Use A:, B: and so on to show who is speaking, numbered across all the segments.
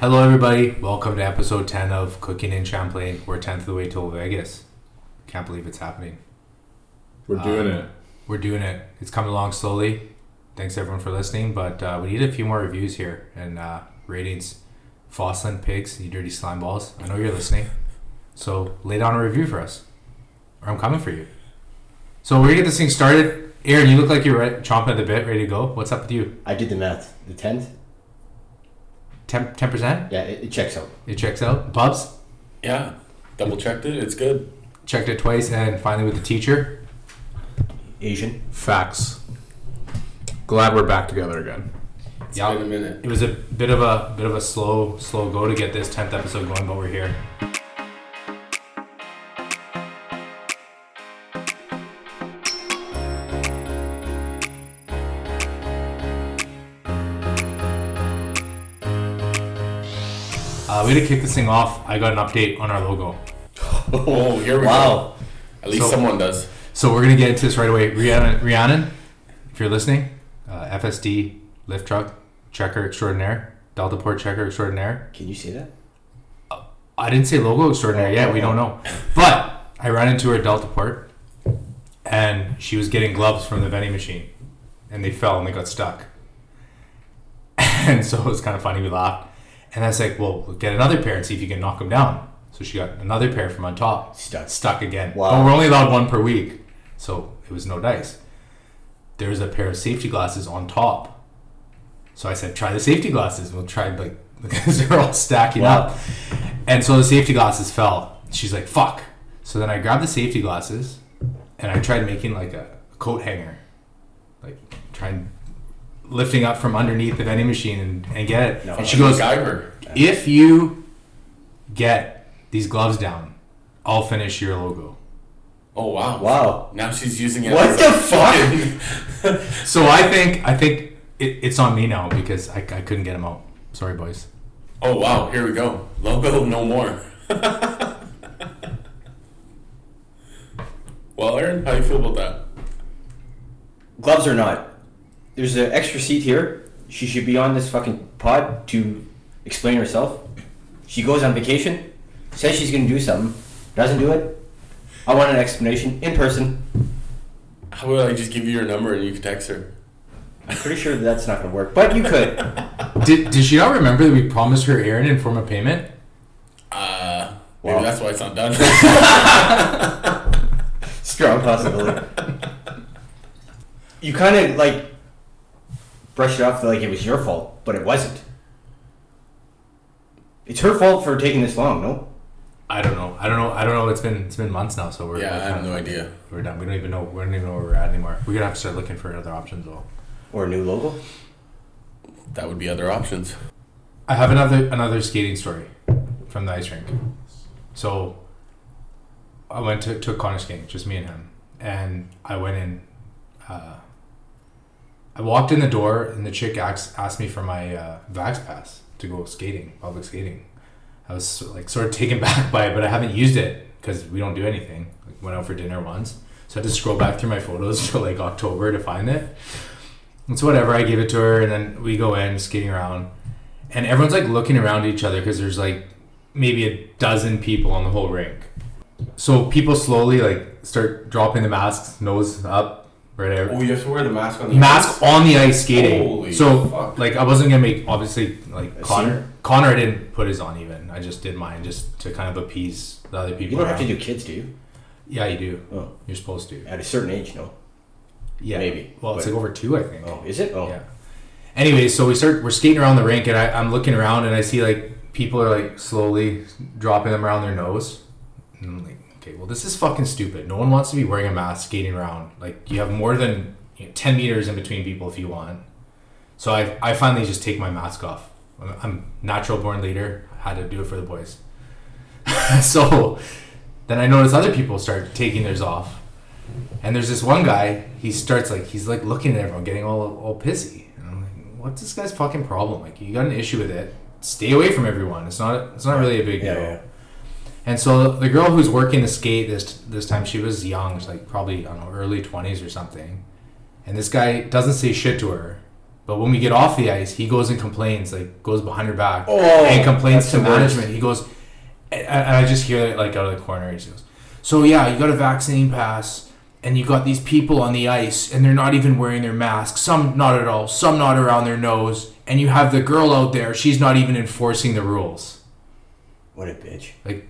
A: Hello, everybody. Welcome to episode 10 of Cooking in Champlain. We're 10th of the way till Vegas. Can't believe it's happening.
B: We're doing it.
A: We're doing it. It's coming along slowly. Thanks, everyone, for listening. But uh, we need a few more reviews here and uh, ratings. Fosslin Pigs, you dirty slime balls. I know you're listening. So lay down a review for us, or I'm coming for you. So we're going to get this thing started. Aaron, you look like you're re- chomping at the bit, ready to go. What's up with you?
C: I did the math. The tenth.
A: 10, 10%?
C: Yeah, it, it checks out.
A: It checks out. Bubs?
B: Yeah. Double checked it. It's good.
A: checked it twice and finally with the teacher
C: Asian.
D: Facts. Glad we're back together again.
B: It's
A: Yeah.
B: been a minute.
A: it was a bit of a bit of a slow slow go to get this 10th episode going but we're here uh, way to kick this thing off i got an update on our logo
B: Oh, here we
C: Wow.
B: go. At least
A: So-
B: someone does.
A: So we're gonna get into this right away. Rhiannon, Rhiannon if you're listening, uh, FSD lift truck checker extraordinaire, Delta Port checker extraordinaire.
C: Can you say that?
A: I didn't say logo extraordinaire yet. We don't know, but I ran into her at Delta Port, and she was getting gloves from the vending machine, and they fell and they got stuck. And so it was kind of funny. We laughed, and I was like, "Well, get another pair and see if you can knock them down." So she got another pair from on top
C: Stuck.
A: stuck again.
C: Wow.
A: But we're only allowed one per week, so it was no dice. There was a pair of safety glasses on top, so I said, "Try the safety glasses." We'll try like because they're all stacking
C: Wow.
A: up, and so the safety glasses fell. She's like, "Fuck!" So then I grabbed the safety glasses, and I tried making like a coat hanger, like trying lifting up from underneath the vending machine and, and get it.
C: No.
A: and she goes,
B: Guyver.
A: if you get these gloves down, I'll finish your logo.
B: Oh, wow.
C: Wow.
B: Now she's using it.
C: What
B: as
C: the
B: a
C: fuck?
B: fucking-
A: So I think I think it, it's on me now because I, I couldn't get them out. Sorry, boys.
B: oh, wow. Here we go. Logo no more. well, Aaron, how you feel about that?
C: Gloves or not? There's an extra seat here. She should be on this fucking pod to explain herself. She goes on vacation, says she's gonna do something, doesn't do it. I want an explanation in person.
B: How about I just give you your number and you can text her?
C: I'm pretty sure that that's not gonna work, but you could.
A: Did did she not remember that we promised her Aaron in form of payment?
B: Uh, maybe
C: Wow.
B: that's why it's not done.
C: Strong possibility. you kind of like brush it off like it was your fault, but it wasn't. It's her fault for taking this long, no?
A: I don't know. I don't know. I don't know. It's been it's been months now, so we're
B: yeah, I
A: we're
B: have
A: kinda-
B: no idea.
A: We're done. We don't even know. We don't even know where we're at anymore. We're gonna have to start looking for other options though.
C: Or a new logo?
B: That would be other options.
A: I have another another skating story from the ice rink. So I went to, to a corner skating, just me and him, and I went in. Uh, I walked in the door, and the chick asked, asked me for my uh, Vax pass to go skating, public skating. I was so- like sort of taken back by it, but I haven't used it because we don't do anything. Like, went out for dinner once, so I had to scroll back through my photos till like October to find it. And so whatever, I give it to her, and then we go in skating around, and everyone's like looking around at each other because there's like maybe a dozen people on the whole rink. So people slowly like start dropping the masks, nose up, right out.
B: Oh, you have to wear the mask on the
A: mask on the ice skating.
B: Holy
A: so
B: fuck.
A: like I wasn't gonna make obviously like
C: A
A: Connor.
C: scene?
A: Connor I didn't put his on even. I just did mine just to kind of appease the other people.
C: You don't have to
A: around.
C: do kids, do you?
A: Yeah, you do.
C: Oh,
A: You're supposed to.
C: at a certain age, no.
A: Yeah.
C: Maybe,
A: Well, it's
C: but-
A: like over two, I think.
C: Oh, is it? Oh,
A: Yeah. Anyway, so we start. We're skating around the rink, and I, I'm looking around, and I see like people are like slowly dropping them around their nose. And I'm like, okay, well, this is fucking stupid. No one wants to be wearing a mask skating around. Like, you have more than you know, ten meters in between people if you want. So I, I finally just take my mask off. I'm, I'm natural born leader. I had to do it for the boys. so then I notice other people start taking theirs off. And there's this one guy, he starts like he's like looking at everyone, getting all all pissy. And I'm like, what's this guy's fucking problem? Like you got an issue with it. Stay away from everyone. It's not it's not really a big
C: Yeah,
A: deal.
C: yeah.
A: And so the girl who's working the skate this this time, she was young, she's like probably I don't know, early twenties or something. And this guy doesn't say shit to her. But when we get off the ice, he goes and complains, like goes behind her back
C: Oh,
A: and complains
C: that's
A: to
C: the worst.
A: management. He goes, and and I just hear it like out of the corner. He goes, "So yeah, you got a vaccine pass, and you got these people on the ice, and they're not even wearing their masks. Some not at all. Some not around their nose. And you have the girl out there. She's not even enforcing the rules.
C: what a bitch.
A: Like,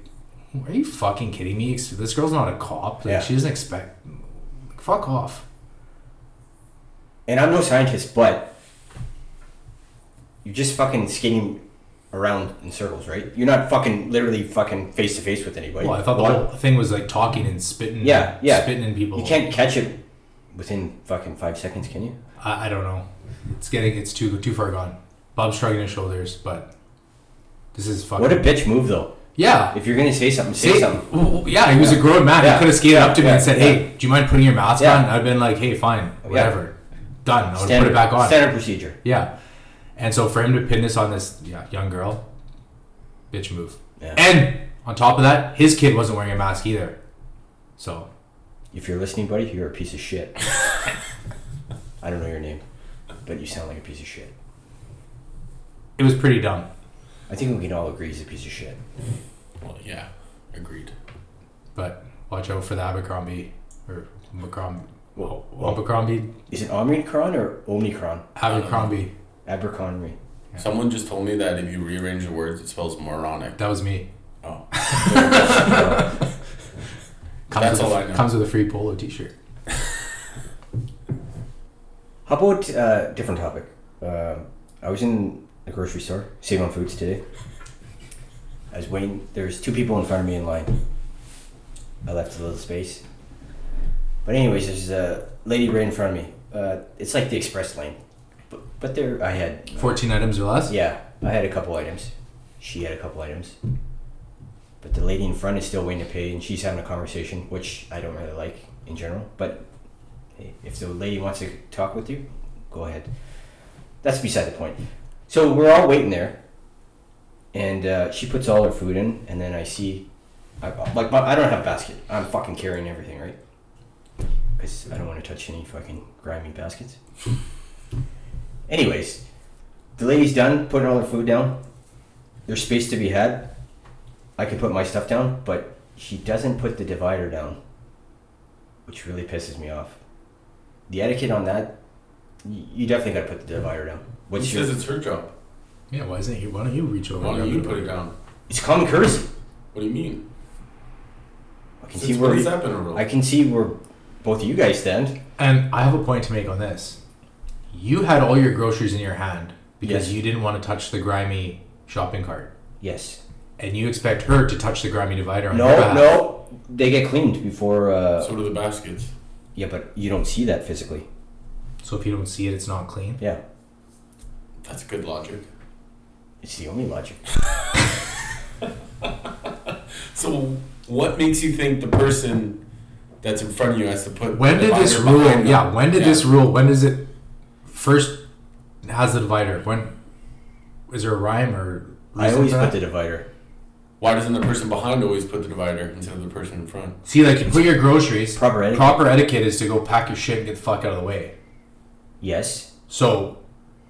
A: are you fucking kidding me? Ex- This girl's not a cop. Like,
C: Yeah.
A: she doesn't expect. Fuck off.
C: And I'm no scientist, but you're just fucking skating around in circles, right? You're not fucking literally fucking face to face with anybody.
A: Well, I thought the
C: Why-
A: whole thing was like talking and spitting.
C: Yeah, yeah.
A: Spitting in people.
C: You can't catch it within fucking five seconds, can you?
A: I, I don't know. It's getting it's too too far gone. Bob's shrugging his shoulders, but this is fucking.
C: What a bitch move, though.
A: yeah.
C: If you're gonna say something, say
A: Say-
C: something.
A: Well, yeah, he was a grown man.
C: Yeah.
A: He could have skated up to me
C: Yeah.
A: and said,
C: Yeah.
A: "Hey, do you mind putting your mask
C: Yeah.
A: on?" I'd been like, "Hey, fine, whatever, done." I would
C: Standard,
A: put it back on.
C: standard procedure.
A: Yeah, and so for him to pin this on this yeah, young girl, bitch move.
C: Yeah.
A: And on top of that, his kid wasn't wearing a mask either. So
C: If you're listening, buddy, you're a piece of shit. I don't know your name, but you sound like a piece of shit.
A: it was pretty dumb.
C: I think we can all agree he's a piece of shit.
B: Well, yeah, agreed.
A: But watch out for the Abercrombie or Macrombie.
C: Well,
A: Abercrombie,
C: Is it Omicron or Omicron?
A: Abercrombie.
C: Aberconry.
B: Someone just told me that if you rearrange the words, it spells moronic.
A: That was me.
B: Oh,
A: Comes
B: That's
A: with
B: all
A: a,
B: I know.
A: Comes with a free polo T-shirt.
C: How about uh, different topic? Uh, I was in the grocery store, Save on Foods today. I was waiting. There's two people in front of me in line. I left a little space. But anyways, there's a lady right in front of me. Uh, it's like the express lane, but, but there I had
A: Fourteen items or less.
C: yeah I had a couple items. She had a couple items. But the lady in front is still waiting to pay, and she's having a conversation, which I don't really like in general. But hey, if the lady wants to talk with you, go ahead. That's beside the point. So we're all waiting there, and uh, she puts all her food in, and then I see, I, like, my, I don't have a basket. I'm fucking carrying everything, right? Because I don't want to touch any fucking grimy baskets. Anyways, the lady's done putting all her food down. There's space to be had. I can put my stuff down, but she doesn't put the divider down, which really pisses me off. The etiquette on that, y- you definitely gotta put the divider down.
B: Which
C: What's
B: says it's her job.
A: Yeah. Why isn't it? Why don't you reach over?
B: Why
A: and
B: don't
A: grab
B: you
A: the
B: put it
A: bag?
B: down?
C: It's common courtesy.
B: What do you mean?
C: I can see
B: Since when has
C: where
B: that been a rule?
C: I can see where both of you guys stand.
A: And I have a point to make on this. You had all your groceries in your hand because
C: Yes.
A: you didn't want to touch the grimy shopping cart,
C: Yes.
A: and you expect her to touch the grimy divider on your
C: No,
A: behalf.
C: no. They get cleaned before. Uh,
B: So do the baskets.
C: yeah, but you don't see that physically.
A: So if you don't see it, it's not clean.
C: Yeah,
B: That's good logic.
C: it's the only logic.
B: So what makes you think the person that's in front of you has to put?
A: When
B: the
A: did this
B: binder
A: rule?
B: behind them?
A: Yeah. When did
B: Yeah.
A: this rule? When does it first has the divider? When is there a rhyme or?
C: I
A: reason
C: always
A: for that?
C: put the divider.
B: Why doesn't the person behind always put the divider instead of the person in front?
A: See, like you put your groceries.
C: Proper etiquette.
A: Proper etiquette is to go pack your shit and get the fuck out of the way.
C: Yes.
A: So,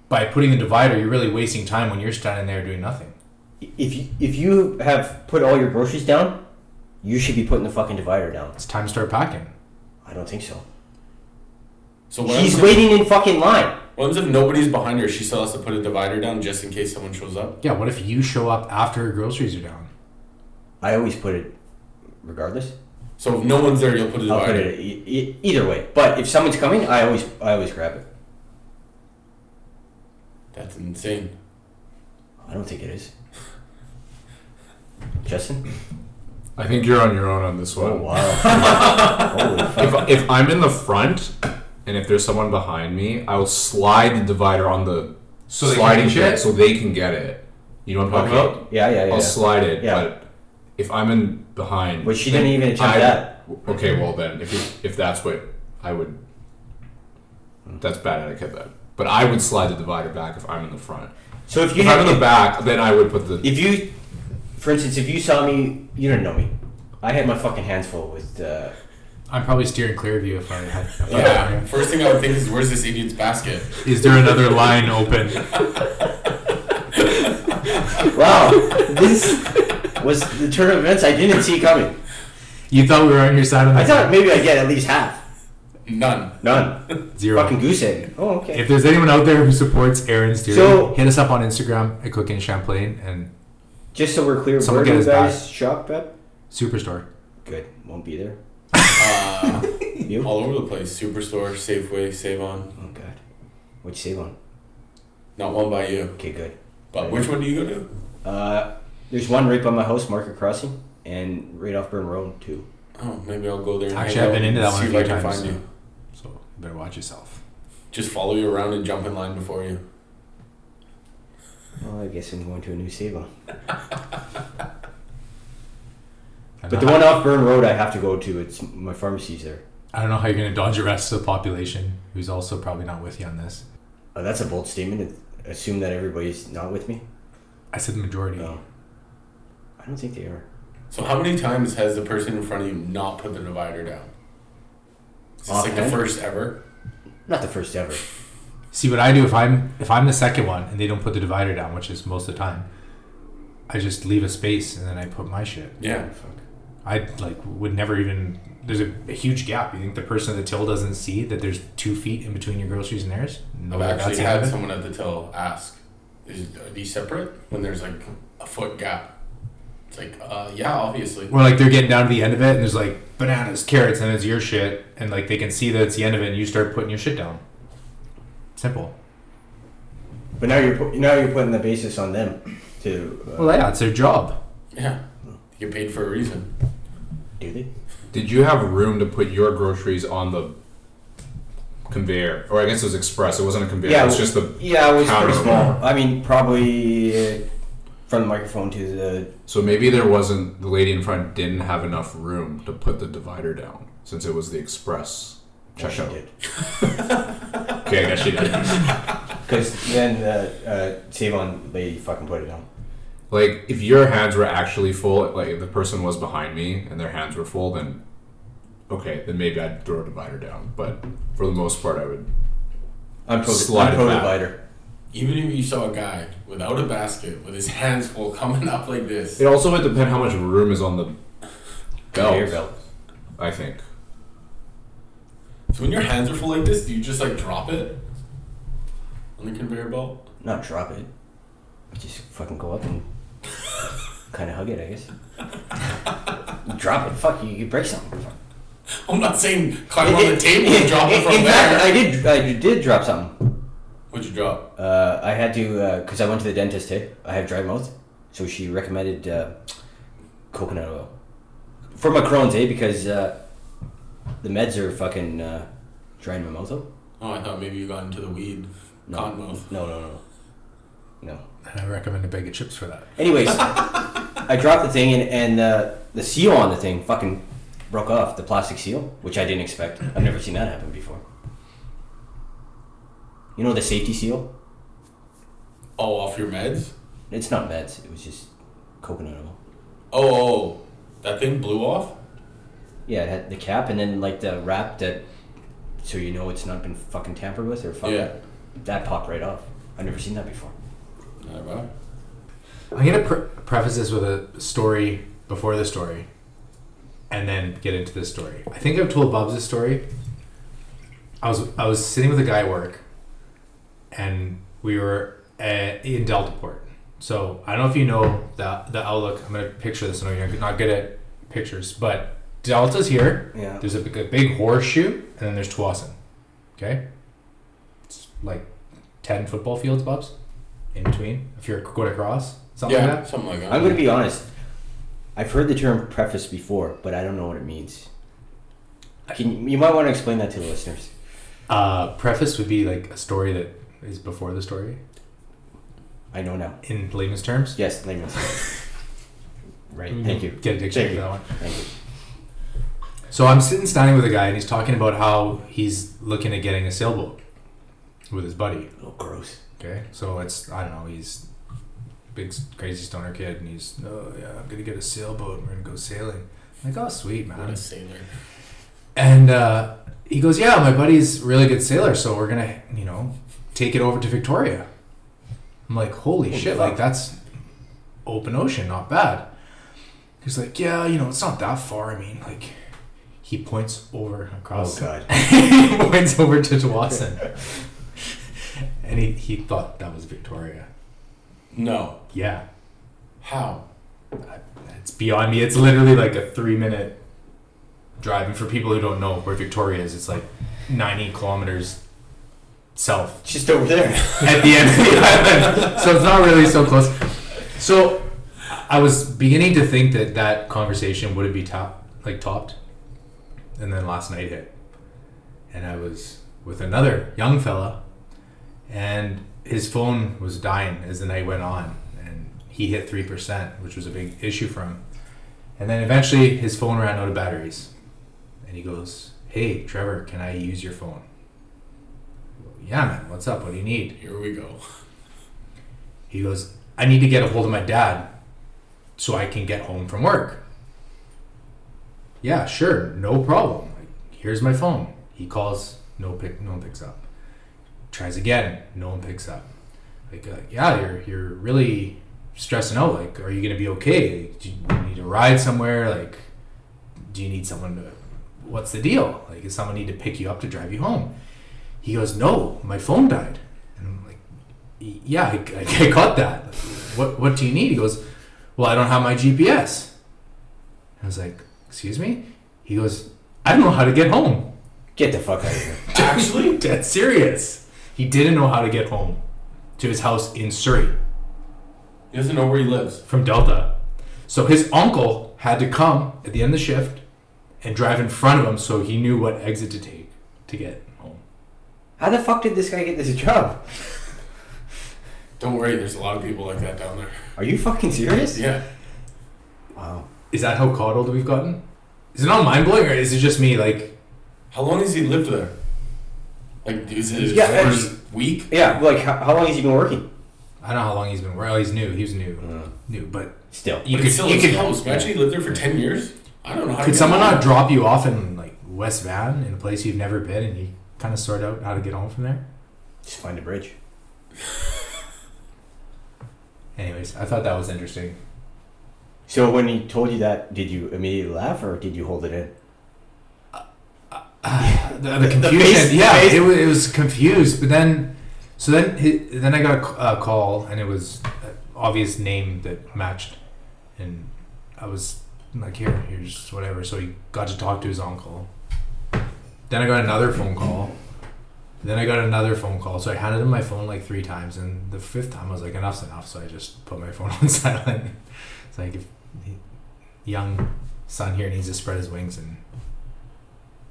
A: by putting the divider, you're really wasting time when you're standing there doing nothing.
C: If you if you have put all your groceries down, you should be putting the fucking divider down.
A: It's time to start packing.
C: I don't think so.
B: So what
C: She's
B: happens if-
C: waiting in fucking line.
B: What happens if nobody's behind her? She still has to put a divider down just in case someone shows up.
A: Yeah, what if you show up after her groceries are down?
C: I always put it, regardless.
B: So if no one's there, you'll put a
C: I'll put
B: divider.
C: it e- e- either way. But if someone's coming, I always I always grab it.
B: That's insane.
C: I don't think it is. Justin?
D: I think you're on your own on this
C: Oh
D: one.
C: wow! Holy fuck!
D: If, if I'm in the front and if there's someone behind me, I will slide the divider on the
A: So they can
D: sliding
A: reach
D: bit
A: it?
D: so they can get it. You know what I'm talking
A: Okay.
D: about?
C: Yeah, yeah, yeah.
D: I'll slide it,
C: Yeah.
D: but if I'm in behind,
C: But she didn't even attempt
D: I-
C: that.
D: Okay, well then, if it, if that's what I would, that's bad etiquette then. But I would slide the divider back if I'm in the front.
C: So if you
D: If I'm in the
C: didn't,
D: back, then I would put the.
C: if you, for instance, if you saw me, you didn't know me. I had my fucking hands full with. Uh,
A: I'm probably steering clear of you if I had. If I had
B: Yeah. First thing I would think is, where's this idiot's basket?
A: Is there another line open?
C: wow, this was the turn of events I didn't see coming.
A: You thought we were on your side of the
C: I thought maybe I'd get at least half.
B: None.
C: None.
A: zero.
C: Fucking goose egg. Oh, okay.
A: If there's anyone out there who supports Aaron's theory,
C: So-
A: hit us up on Instagram at Cooking Champlain and
C: Just so we're clear,
A: Someone
C: where
A: get
C: do you
A: his
C: guys shop at?
A: Superstore.
C: Good. Won't be there.
B: Uh,
C: You?
B: all over the place. Superstore, Safeway, Save On.
C: Oh, God. What'd you save on?
B: Not one by you.
C: Okay, good.
B: But which one do you go to?
C: Uh, there's one right by my house, Market Crossing, and right off Burn Road, too.
B: Oh, maybe I'll go there. and
A: Actually,
B: hang
A: I've been
B: out
A: into that
B: and
A: one a
B: See
A: few
B: if I can
A: times.
B: find you.
A: So you better watch yourself.
B: Just follow you around and jump in line before you.
C: Well, I guess I'm going to a new save on.
A: I
C: But
A: don't
C: the
A: know
C: one off Burn Road, I have to go to. It's my pharmacy's there.
A: how- I don't know how you're gonna dodge the rest of the population who's also probably not with you on this.
C: Uh, that's a bold statement. Assume that everybody's not with me.
A: I said the majority.
C: No, I don't think they are.
B: So how many times has the person in front of you not put the divider down? Is this like the
C: Offhand?
B: first ever?
C: Not the first ever.
A: See what I do if I'm if I'm the second one and they don't put the divider down, which is most of the time. I just leave a space and then I put my shit.
B: Yeah.
A: I like would never even. There's a, a huge gap. You think the person at the till doesn't see that there's two feet in between your groceries and theirs? No,
B: I've
A: that's
B: actually
A: the
B: had
A: habit.
B: someone at the till ask, "Is are these separate?" When there's like a foot gap. It's like, uh, yeah, obviously.
A: Or like they're getting down to the end of it, and there's like bananas, carrots, and it's your shit, and like they can see that it's the end of it, and you start putting your shit down. Simple.
C: But now you're pu- now you're putting the basis on them to uh,
A: Well, yeah, it's their job.
B: Yeah, you get paid for a reason.
C: do they?
D: Did you have room to put your groceries on the conveyor? Or I guess it was express. It wasn't a conveyor. it was just the.
C: yeah. It was pretty
D: counter.
C: small. I mean, probably uh, from the microphone to the
D: So maybe there wasn't the lady in front didn't have enough room to put the divider down since it was the express
C: Actually
D: checkout.
C: did.
D: Okay, I guess she did.
C: Because then the uh, save on lady fucking put it on.
D: Like if your hands were actually full, like if the person was behind me and their hands were full, then okay, then maybe I'd throw a divider down. But for the most part, I would.
C: I'm pro,
D: Slide
C: I'm
D: it
C: pro
D: back.
C: divider.
B: Even if you saw a guy without a basket with his hands full coming up like this,
D: It also would depend how much room is on the
C: Conveyor
D: belt.
C: belt.
D: I think.
B: so when your hands are full like this, do you just like drop it on the conveyor belt?
C: Not drop it. Just fucking go up and kind of hug it, I guess. drop it. Fuck you. You break something. Fuck.
B: I'm not saying climb on the table and drop it
C: In
B: from
C: fact, I
B: there.
C: did. I did drop something.
B: What'd you drop?
C: Uh, I had to because I went to the dentist. Hey, I have dry mouth, so she recommended uh, coconut oil for my Crohn's. Hey, because uh, the meds are fucking uh, drying my mouth out.
B: Oh, I thought maybe you got into the weed.
C: No.
B: Cotton mouth.
C: No, no, no, no.
A: And I recommend a bag of chips for that.
C: Anyways, I dropped the thing and, and uh, the seal on the thing fucking broke off the plastic seal, which I didn't expect. I've never seen that happen before. You know the safety seal?
B: Oh, off your meds?
C: It's not meds. It was just coconut oil.
B: Oh, oh, that thing blew off?
C: Yeah, it had the cap and then like the wrap that, so you know it's not been fucking tampered with or fucking.
B: Yeah.
C: That popped right off. I've never seen that before.
B: Never.
A: I'm gonna pre- preface this with a story before the story, and then get into this story. I think I've told Bubs this story. I was I was sitting with a guy at work, and we were at, in Deltaport. So I don't know if you know the the outlook. I'm gonna picture this. I know you're not good at pictures, but Delta's here.
C: Yeah.
A: There's a, big- a big horseshoe, and then there's Tawasin. Okay, it's like ten football fields, bubs, in between. If you're going across, something
B: yeah,
A: like that.
B: something like that.
C: I'm gonna be honest. I've heard the term preface before, but I don't know what it means. Can you might want to explain that to the listeners?
A: Uh, preface would be like a story that is before the story
C: I know now.
A: in layman's terms.
C: Yes, name Right. Thank you.
A: Get a dictionary
C: Thank
A: for
C: you.
A: that one.
C: Thank you.
A: So I'm sitting standing with a guy, and he's talking about how he's looking at getting a sailboat with his buddy.
C: Oh, gross.
A: Okay, so it's I don't know. He's a big crazy stoner kid, and he's oh yeah, I'm gonna get a sailboat. and We're gonna go sailing. I'm like oh sweet
B: What
A: man.
B: a sailor.
A: And uh, he goes yeah, my buddy's a really good sailor, so we're gonna you know take it over to Victoria. I'm like holy,
C: Holy
A: shit,
C: fuck.
A: like that's open ocean, not bad. He's like yeah, you know it's not that far. I mean like he points over across.
C: Oh god.
A: he points over to Dawson. and he, he thought that was Victoria.
B: No.
A: Yeah. Uh,
B: How?
A: It's beyond me. It's literally like a three minute drive. And for people who don't know where Victoria is, it's like 90 kilometers south
C: Just over there.
A: at the end of the island. So it's not really so close. So I was beginning to think that that conversation would it be top like topped, and then last night hit, and I was with another young fella, and his phone was dying as the night went on, and he hit three percent, which was a big issue for him, and then eventually his phone ran out of batteries, and he goes, "Hey Trevor, can I use your phone?" Yeah, man. What's up? What do you need?
B: Here we go.
A: He goes, I need to get a hold of my dad so I can get home from work. Yeah, sure, no problem. Like, here's my phone. He calls, no pick, no one picks up. Tries again, no one picks up. Like, uh, yeah, you're you're really stressing out. Like, are you gonna be okay? Do you need a ride somewhere? Like, do you need someone to? What's the deal? Like, does someone need to pick you up to drive you home? He goes, no, my phone died. And I'm like, yeah, I, I- I got that. What what do you need? He goes, well, I don't have my GPS. I was like, excuse me. He goes, I don't know how to get home.
C: Get the fuck out of here.
A: Actually, dead serious. He didn't know how to get home to his house in Surrey
B: He doesn't know where he lives.
A: from Delta. So his uncle had to come at the end of the shift and drive in front of him so he knew what exit to take to get home.
C: How the fuck did this guy get this job?
B: Don't worry, there's a lot of people like that down there.
C: Are you fucking serious?
B: Yeah.
C: Wow.
A: Is that how coddled we've gotten? Is it not mind blowing or is it just me like
B: How long has he lived there? Like, is it his
C: Yeah,
B: first week?
C: Yeah. Like, how, how long has he been working?
A: I don't know how long he's been. Well, he's new. He was new,
C: Mm.
A: new. But
C: Still.
A: you
B: but
A: could,
B: it's still
A: you
B: his
A: could,
B: house. Imagine he lived there for 10 years. I don't know. how to
A: could
B: get
A: someone
B: home.
A: not drop you off in like West Van in a place you've never been, and you kind of sort out how to get home from there?
C: Just find a bridge.
A: Anyways, I thought that was interesting.
C: So when he told you that, did you immediately laugh or did you hold it in?
A: The, the confusion,
C: the face- the
A: yeah,
C: face-
A: it was, it was confused. But then, so then, hi then I got a c- a call, and it was an obvious name that matched, and I was like, here, here's whatever. So he got to talk to his uncle. Then I got another phone call. Then I got another phone call. So I handed him my phone like three times, and the fifth time I was like, enough's enough. So I just put my phone on silent. It's like if the young son here needs to spread his wings and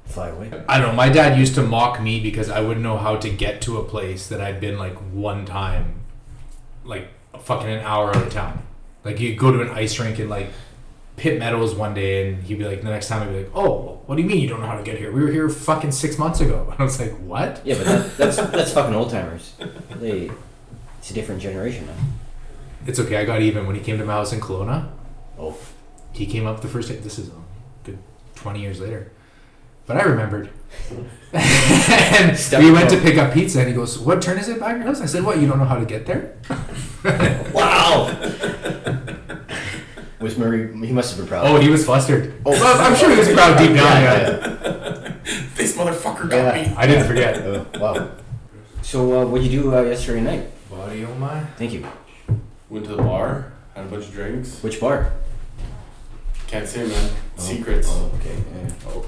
C: Fly away.
A: I don't know. My dad used to mock me because I wouldn't know how to get to a place that I'd been like one time, like fucking an hour out of town. Like you'd go to an ice rink in like Pit Meadows one day, and he'd be like, the next time I'd be like, oh, what do you mean you don't know how to get here? We were here fucking six months ago. And I was like, what?
C: Yeah, but that, that's that's fucking old timers. They, it's a different generation now.
A: It's okay. I got even. When he came to my house in Kelowna,
C: Oh,
A: he came up the first day. This is a good 20 years later. But I remembered. and
C: Step
A: we went to
C: forward.
A: pick up pizza, and he goes, What turn is it by your house? I said, What? You don't know how to get there?
C: wow! Was Murray? He must have been proud.
A: Oh, he was Oh, flustered.
C: Oh.
A: Well, I'm sure he was proud deep down.
C: Yeah,
A: Yeah,
C: yeah.
B: This motherfucker motherfucker got
C: Yeah.
B: me.
A: I didn't forget.
C: Oh,
E: Uh, wow.
C: So, uh, what'd you do uh, yesterday night?
A: Body oh my.
C: Thank you.
B: Went to the bar, had a bunch of drinks.
C: Which bar?
B: Can't say, man. Secrets.
C: Oh, okay. yeah.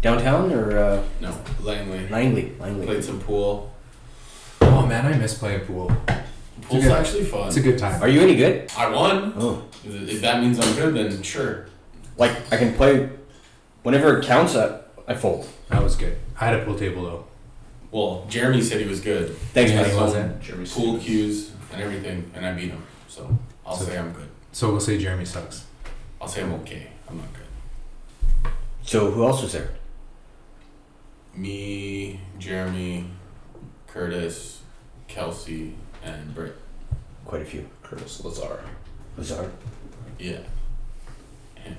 C: Downtown or uh,
B: No, Langley.
C: Langley? Langley.
B: Played some pool.
A: Oh man, I miss playing pool.
B: Pool's
A: good-
B: actually fun.
A: It's a good time.
C: Are you any good?
B: I won.
C: Oh.
B: If that means I'm good, then sure.
C: Like, I can play whenever it counts, I, I fold.
A: That was good. I had a pool table though.
B: Well, Jeremy said he was good.
C: Thanks,
A: Yeah,
C: buddy.
A: he was in.
D: Jeremy
B: Pool
D: Stevens.
B: cues and everything, and I beat him. So I'll
A: So-
B: say I'm good.
A: So we'll say Jeremy sucks.
B: I'll say I'm okay. I'm not good.
C: So, who else was there?
B: Me, Jeremy, Curtis, Kelsey, and Britt.
C: Quite a few.
D: Curtis Lazar.
C: Lazard.
B: Yeah. And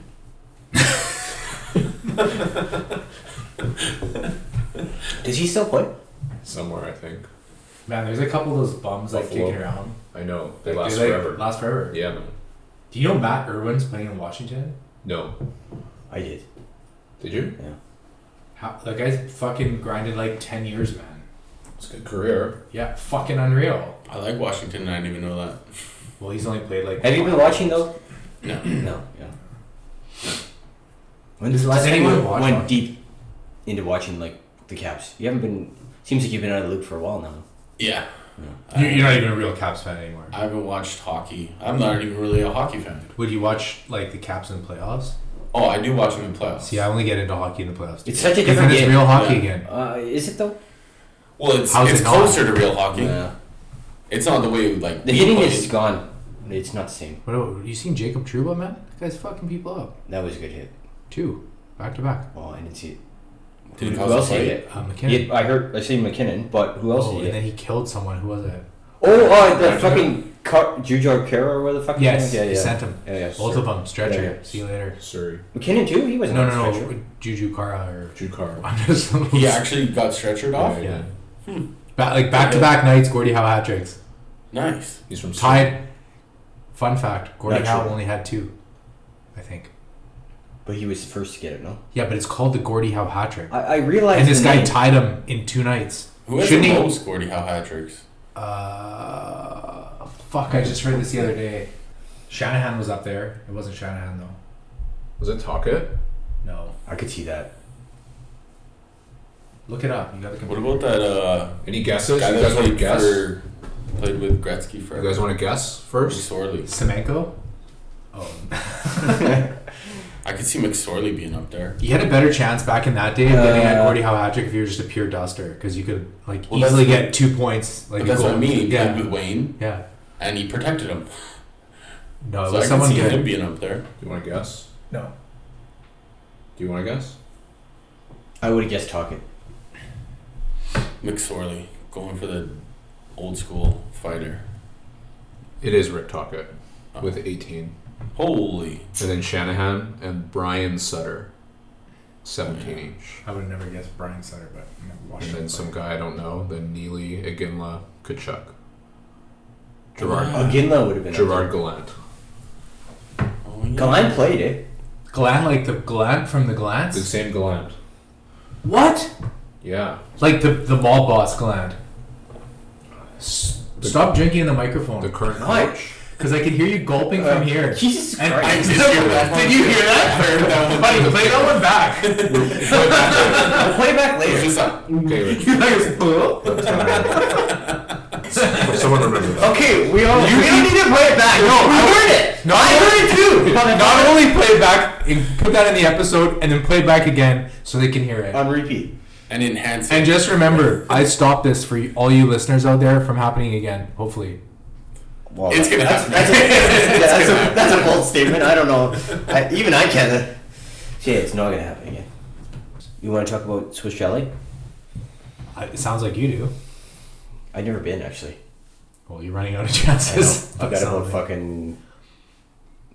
C: Does he still play?
D: Somewhere, I think.
A: Man, there's a couple of those bums like
D: Buffalo.
A: kicking around.
D: I know. They
A: Like,
D: last
A: like,
D: forever.
A: Last forever.
D: yeah, man.
A: Do you know Matt Irwin's playing in Washington?
D: No.
C: I did.
D: Did you?
A: How, that guy's fucking grinded like ten years, man.
D: It's a good career.
A: Yeah, fucking unreal.
B: I like Washington, and I didn't even know that.
A: Well, he's only played like.
C: Have you been watching though?
B: No.
C: No. Yeah. When was the last
A: Does
C: time you
A: anyone watch
C: went
A: hockey?
C: deep into watching like the Caps? You haven't been. Seems like you've been out of the loop for a while now.
B: Yeah.
A: You- You're not even a real Caps fan anymore.
B: I haven't watched hockey. I'm not even really a hockey fan.
A: Would you watch like the Caps in the playoffs?
B: Oh, I do watch them in playoffs.
A: See, I only get into hockey in the playoffs.
C: It's such a
A: Because then
C: different
A: it's
C: game.
A: real hockey
B: Yeah.
A: again.
C: Uh, is it though?
B: Well, it's
A: How's
B: it's
A: it not?
B: closer to real hockey.
C: Yeah.
B: It's not the way like
C: The
B: we
C: hitting
B: play
C: is
B: it.
C: gone. It's not the same.
A: What about, oh, you seen Jacob Truba, man? That guy's fucking people up.
C: That was a good hit.
A: Two. Back to back.
C: Oh, I didn't see it.
B: Dude,
C: who
B: how's it
C: else hit
B: played?
C: it?
A: Uh, McKinnon.
C: Yeah, I heard. I see McKinnon, but who else
A: oh,
C: hit
A: and
C: it?
A: then he killed someone. Who was it?
C: Oh, uh, the
A: Yeah.
C: fucking Car- Jujar Kara, where the fuck? his
A: Yes,
C: name
A: he
C: is? Yeah, yeah.
A: sent him.
C: Yeah, yeah.
A: Both of them. Stretcher.
C: Yeah, yeah.
A: See you later.
D: Surrey.
C: McKinnon too. He was
A: No, no, no. Juju Kara or.
D: Jukar.
A: I'm just.
B: He actually got stretchered off.
A: Yeah. Hmm. Ba- like back to back nights, Gordie Howe hat tricks.
B: Nice.
D: He's from Surrey.
A: Tied. Fun fact Gordie
C: Not
A: Howe
C: sure.
A: only had two, I think.
C: But he was the first to get it. No,
A: Yeah, but it's called the Gordie Howe hat trick.
C: I, I realized.
A: And this
C: the
A: guy
C: name.
A: tied him in two nights.
B: Who has
A: Shouldn't
B: the
A: he-
B: most Gordie Howe hat tricks?
A: Uh, fuck, I just heard this the other day. Shanahan was up there. It wasn't Shanahan, though.
D: Was it Taka?
A: No.
C: I could see that.
A: Look it up. You got the
B: What
A: computer.
B: about that uh,
D: Any guesses?
B: guy
D: You
B: that
D: guys want to
B: played
D: guess?
B: for played with Gretzky
D: You
B: for
D: guys want to guess first?
B: McSorley?
A: Semenko? Oh.
B: I could see McSorley being up there.
A: You had a better chance back in that day of getting
C: Uh,
A: at Gordie Howe hat trick if you were just a pure duster because you could like
B: Well, that's-
A: easily get two points. Like
B: But
A: a
B: that's what I
A: goal.
B: mean. He played
A: Yeah.
B: with Wayne,
A: Yeah.
B: and he protected him.
A: No, it
B: so I
A: was
B: could
A: Uh, someone
B: see him
A: good.
B: being up there.
D: Do you want to guess?
A: No.
D: Do you want to guess?
C: I would have guessed talking.
B: McSorley going for the old school fighter.
D: It is Rick Taka
B: Oh.
D: with 18.
B: Holy!
D: And then Shanahan and Brian Sutter, 17 each.
A: I would have never guessed Brian Sutter, but you know,
D: And
A: Washington.
D: then some guy I don't know, then Neely, Iginla, Kachuk.
B: Ah.
D: Gerard,
C: Ginla would have been. up
D: Gerard Gallant.
B: Oh, yeah.
C: there. Gallant played it.
A: Glan, like the Glan from the
D: The
A: Glance.
D: same Gallant.
A: What?
D: Yeah.
A: Like the the ball boss gland.
B: Uh,
A: S-
D: The-
A: Stop drinking in the
D: The
A: microphone
D: current
C: Hi.
D: coach.
A: because I can hear you gulping
C: Uh,
A: from here.
C: Jesus
A: And I
C: Christ!
A: did you hear that? Buddy, play that one back.
C: I'll play back
B: Is
C: later.
B: this a-
D: Okay, let's-
A: You're like, "Oh."
D: let's try it. Someone remember that.
C: Okay, we all. You we don't need to play it back. No, I heard it.
A: Not
C: I heard it too.
A: Not only play it back, and put that in the episode, and then play it back again so they can hear it.
C: On repeat.
B: and enhance it.
A: And just remember, I stopped this for you- all you listeners out there from happening again. Hopefully,
C: Well,
B: It's gonna
C: that's,
B: happen.
C: That's a, yeah,
B: It's
C: that's,
B: gonna
C: a, that's a bold statement. I don't know. I, even I can't. uh, Yeah, it's not gonna happen again. You want to talk about Swiss Chalet?
A: I- it sounds like you do.
C: I've never been actually.
A: Well, you're running out of
C: I know.
A: chances.
C: I've got about fucking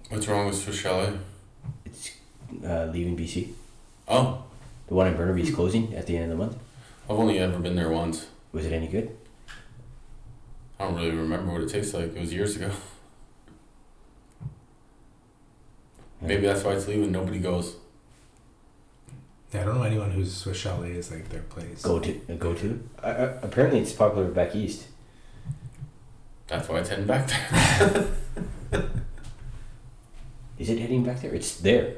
B: What's wrong with Fischelli?
C: it's uh, leaving BC.
B: Oh,
C: The one in Burnaby's closing at the end of the month.
B: I've only ever been there once.
C: Was it any good?
B: I don't really remember what it tastes like. It was years ago. Maybe that's why it's leaving. Nobody goes.
A: Yeah, I don't know anyone whose Swiss Chalet is like their place.
C: Go to a go to. Uh, uh, apparently, it's popular back east.
B: That's why it's heading back there.
C: Is it heading back there? It's there.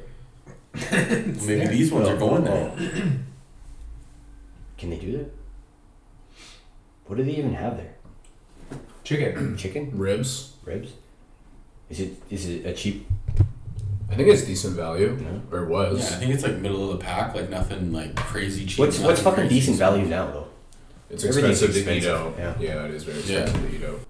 B: Maybe these ones
C: Oh,
B: are going there.
C: Can they do that? What do they even have there?
A: Chicken.
C: Chicken
D: Ribs.
C: ribs? Is it is it a cheap?
D: I think it's decent value.
C: Yeah.
D: Or
C: oh.
B: Yeah, I
D: was.
B: think it's like middle of the pack, like nothing like crazy cheap.
C: What's what's
B: nothing
C: fucking
B: crazy
C: decent
B: expensive.
C: value now though?
D: It's
C: Everything's
D: expensive, to eat out.
C: expensive,
D: Yeah.
C: yeah.
D: it is very
B: Yeah.
D: expensive to eat out.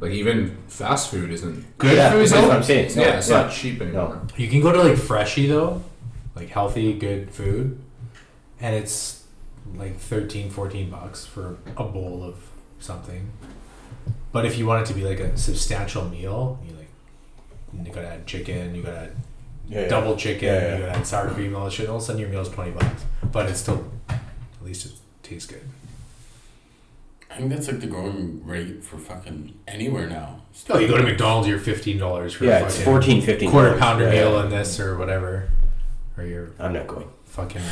D: Like even fast food isn't
C: Good Yeah, food is that's what out. I'm saying.
D: It's
C: No,
D: yeah, it's
C: yeah.
D: not cheap anymore.
A: You can go to like Freshie though, like healthy, good food, and it's like 13, 14 bucks for a bowl of something. But if you want it to be like a substantial meal, you like you gotta add chicken, you gotta add
C: Yeah,
A: double chicken,
C: Yeah, yeah.
A: you gotta add sour cream, all that shit. All of a sudden your meal's twenty bucks, but it's still at least it tastes good.
B: I think that's like the going rate for fucking anywhere now.
A: No,
C: Oh,
A: Oh, you go to McDonald's, you're fifteen dollars for
C: Yeah,
A: a
C: it's
A: fucking
C: 14 15
A: quarter pounder
C: Yeah,
A: meal
C: yeah.
A: and this or whatever, or your
C: I'm not going.
A: fucking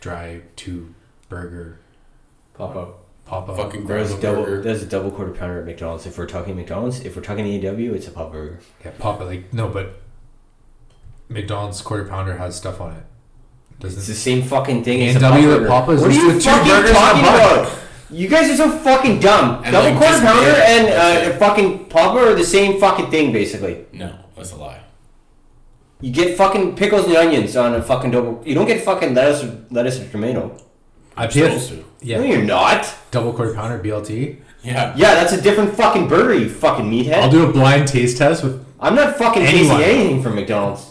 A: dry two burger
D: Pop up.
A: pop up.
B: Fucking grab
C: There's
B: a
C: a double.
B: burger.
C: There's a double quarter pounder at McDonald's. If we're talking McDonald's, if we're talking AEW, it's a pop burger.
A: yeah, pop it like no, but McDonald's quarter pounder has stuff on it.
C: It's
A: Doesn't
C: the same fucking thing. as a
A: A&W
C: pop
A: E at
C: burger.
A: Papa's
C: What are
A: is
C: you
A: with two
C: fucking
A: burgers and a
C: talking
A: bun.
C: about? You guys are so fucking dumb.
B: And,
C: double
B: like,
C: quarter
B: just
C: pounder
B: beer.
C: and uh, a fucking pop burger are the same fucking thing, basically.
B: No, that's a lie.
C: You get fucking pickles and onions on a fucking double. You don't get fucking lettuce, or, lettuce or tomato.
A: I
B: Supposed
A: pay
B: to.
C: No,
A: yeah
C: you're not.
A: double quarter pounder BLT.
B: Yeah.
C: Yeah, that's a different fucking burger, you fucking meathead.
A: I'll do a blind taste test with
C: I'm not fucking tasting
A: Anyone.
C: anything from McDonald's.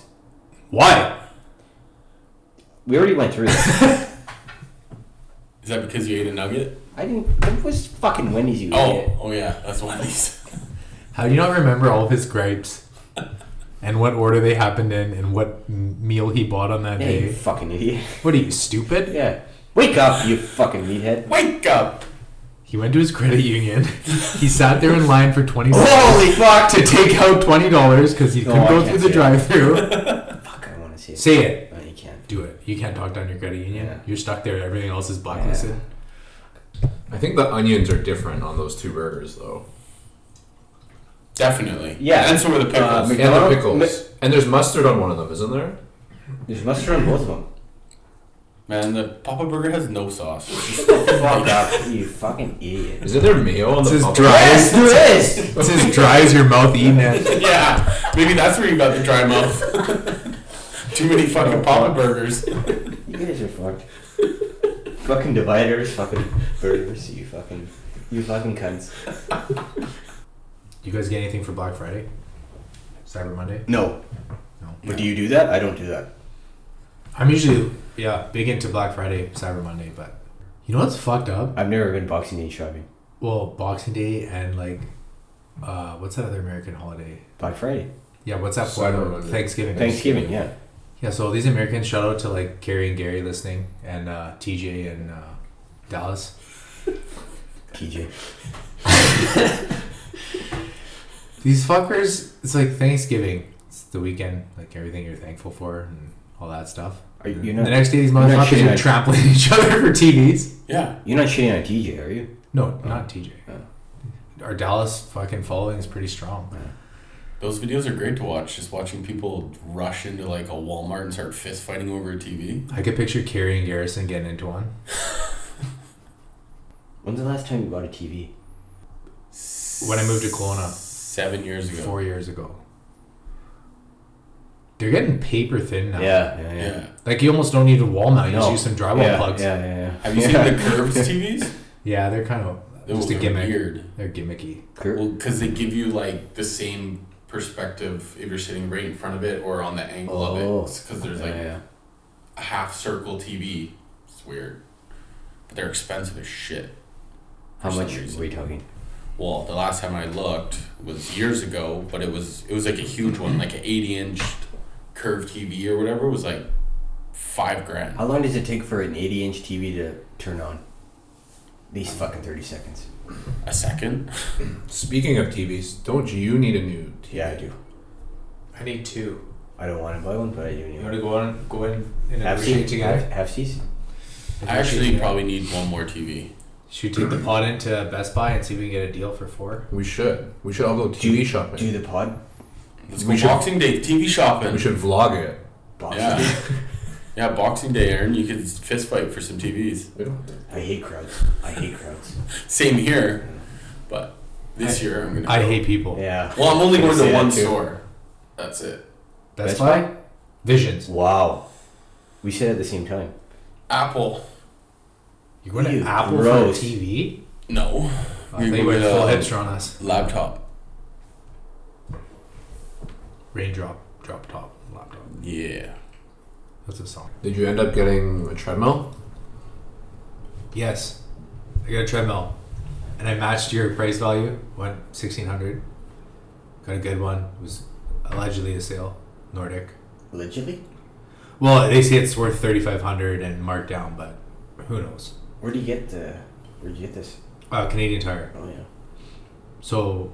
A: why
C: We already went through this.
B: Is that because you ate a nugget?
C: I didn't. It was fucking Wendy's. You
B: Oh,
C: idiot.
B: oh yeah, that's one of these.
A: How do you not remember all of his gripes? And what order they happened in, and what m- meal he bought on that
C: yeah, you
A: day.
C: fucking idiot.
A: What are you, stupid?
C: Yeah, wake up, you fucking meathead.
B: Wake up!
A: He went to his credit union. he sat there in line for 20 seconds
C: Holy fuck!
A: to take out $20 because he couldn't
C: I
A: go
C: can't
A: through the
C: say
A: drive through.
C: Fuck, I want to see it.
A: Say it.
C: No, you can't.
A: Do it. You can't talk down your credit union.
C: Yeah.
A: You're stuck there. Everything else is blacklisted.
D: I think the onions are different on those two burgers though.
B: Definitely.
C: Yeah.
B: And so were the pickles.
C: Uh, Mc-
D: And the
C: Well,
D: pickles.
C: mi-
D: and there's mustard on one of them, isn't there?
C: There's mustard on both of them.
B: Man, the Papa Burger has no sauce.
C: Fuck up, you fucking idiot.
D: Isn't there mayo on
A: This
D: the
A: is
D: Papa-
A: dry.
C: Yes, there is.
A: It's as dry as your mouth eating it.
B: yeah, maybe that's where you got the dry mouth. Too many fucking Papa Burgers.
C: You guys are fucked. fucking dividers, fucking burgers. You fucking, you fucking cunts.
A: You guys get anything for Black Friday? Cyber Monday?
C: No,
A: No.
C: but do you do that? I don't do that.
A: I'm usually, yeah, big into Black Friday, Cyber Monday, but you know what's fucked up?
C: I've never been Boxing Day shopping.
A: Well, Boxing Day and like, uh, what's that other American holiday?
C: Black Friday,
A: Yeah, what's that for?
D: Cyber Monday.
A: Thanksgiving.
C: Thanksgiving, yeah.
A: Yeah, so these Americans, shout out to like Carrie and Gary listening, and uh, TJ and uh, Dallas.
C: TJ.
A: These fuckers, it's like Thanksgiving. It's the weekend, like everything you're thankful for and all that stuff.
C: Are you- you're
A: the
C: not-
A: next day, these
C: not
A: motherfuckers
C: shitting
A: are
C: on-
A: trampling each other for TVs.
B: Yeah.
C: You're not shitting on TJ, are you?
A: No, not TJ.
C: Oh.
A: Our Dallas fucking following is pretty strong.
B: Those videos are great to watch. Just watching people rush into like a Walmart and start fist fighting over a TV.
A: I could picture Carrie and Garrison getting into one.
C: When's the last time you bought a TV?
A: When I moved to Kelowna.
B: Seven years ago.
A: four years ago. They're getting paper thin now.
C: yeah,
B: Yeah.
A: Like you almost don't need a wall mount. You just
C: No.
A: use some drywall
C: yeah,
A: plugs. Yeah.
C: Yeah, yeah, yeah.
B: Have you seen the curved TVs?
A: they're kind of
B: They
A: just a
B: were
A: gimmick.
B: Weird.
A: They're gimmicky.
C: Cur-
B: Well, because they give you like the same perspective if you're sitting right in front of it or on the angle of
C: Oh.
B: it. Because there's like
C: yeah, yeah.
B: a half circle TV. It's weird. But they're expensive as shit.
C: How
B: for some
C: much
B: reason.
C: are we talking?
B: Well, the last time I looked was years ago, but it was it was like a huge one, like an eighty inch curved TV or whatever was like five grand.
C: How long does it take for an 80 inch TV to turn on? At least fucking 30 seconds.
B: A second?
D: Speaking of TVs, don't you need a new TV?
C: Yeah, I do.
A: I need two.
C: I don't want to buy one, but I do
A: You
C: anyway.
A: want to go on, go in and
C: Have
A: appreciate
C: seats. Have,
A: together.
C: have seats.
B: I actually probably need one more TV.
A: should take the pod into Best Buy and see if we can get a deal for four.
D: We should. We should all go TV shopping.
C: Do the pod.
B: Let's
D: We
B: go
D: should-
B: Boxing Day TV shopping.
D: we should vlog it.
C: Box.
B: Yeah. yeah, Boxing Day, Aaron. You could fist fight for some TVs.
D: We don't-
C: I hate crowds. I hate crowds.
B: Same here, but this year I'm gonna.
A: I
B: go.
A: hate people.
C: Yeah.
B: Well, I'm only
C: Gonna
B: going
C: say
B: to
C: that
B: one
C: too.
B: store. That's it.
A: Best,
C: Best
A: Buy? Visions.
C: Wow. We said at the same time.
B: Apple.
A: You're going to
C: Ew,
A: Apple
C: gross.
A: for a TV?
B: No.
A: Oh,
B: We
A: they
B: would,
A: went full
B: uh,
A: hipster on us.
B: Laptop.
A: Raindrop, drop top, laptop.
B: Yeah.
A: That's a song.
D: Did you end up getting a treadmill?
A: Yes, I got a treadmill, and I matched your price value. Went sixteen hundred. Got a good one. It was allegedly a sale. Nordic.
C: Allegedly?
A: Well, they say it's worth thirty five hundred and marked down, but who knows?
C: Where do you get the? Where do you get this?
A: Uh, Canadian Tire.
C: Oh yeah.
A: So,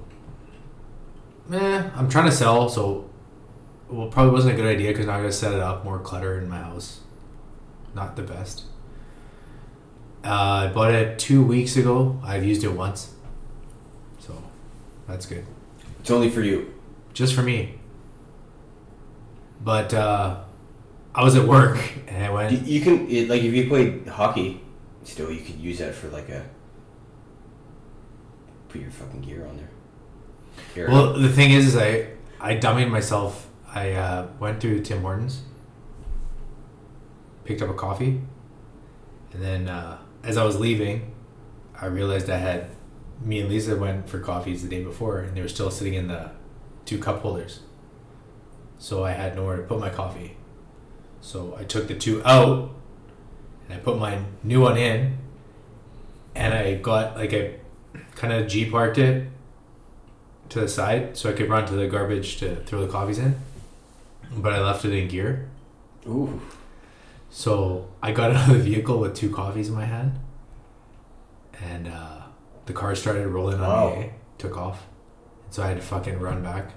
A: eh, I'm trying to sell. So, well, probably wasn't a good idea because now I got to set it up. More clutter in my house. Not the best. Uh, I bought it two weeks ago. I've used it once. So, that's good.
C: It's only for you.
A: just for me. But uh, I was at work and I
C: You,
A: went.
C: you can it, like if you played hockey, still you could use that for like a. Put your fucking gear on there. Gear.
A: Well, the thing is, is I I dummied myself. I uh, went to Tim Hortons, picked up a coffee, and then uh, as I was leaving, I realized I had me and Lisa went for coffees the day before, and they were still sitting in the two cup holders. So I had nowhere to put my coffee. So I took the two out, and I put my new one in, and I got like I kind of G parked it to the side so I could run to the garbage to throw the coffees in. But I left it in gear.
C: Ooh.
A: So I got out of the vehicle with two coffees in my hand. And uh, the car started rolling on
C: Wow.
A: me, took off. So I had to fucking run back.